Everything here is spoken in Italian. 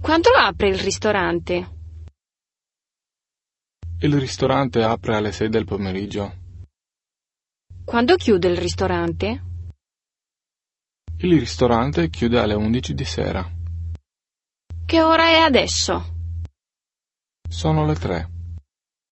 Quando apre il ristorante? Il ristorante apre alle 6 del pomeriggio. Quando chiude il ristorante? Il ristorante chiude alle 11 di sera. Che ora è adesso? Sono le 3.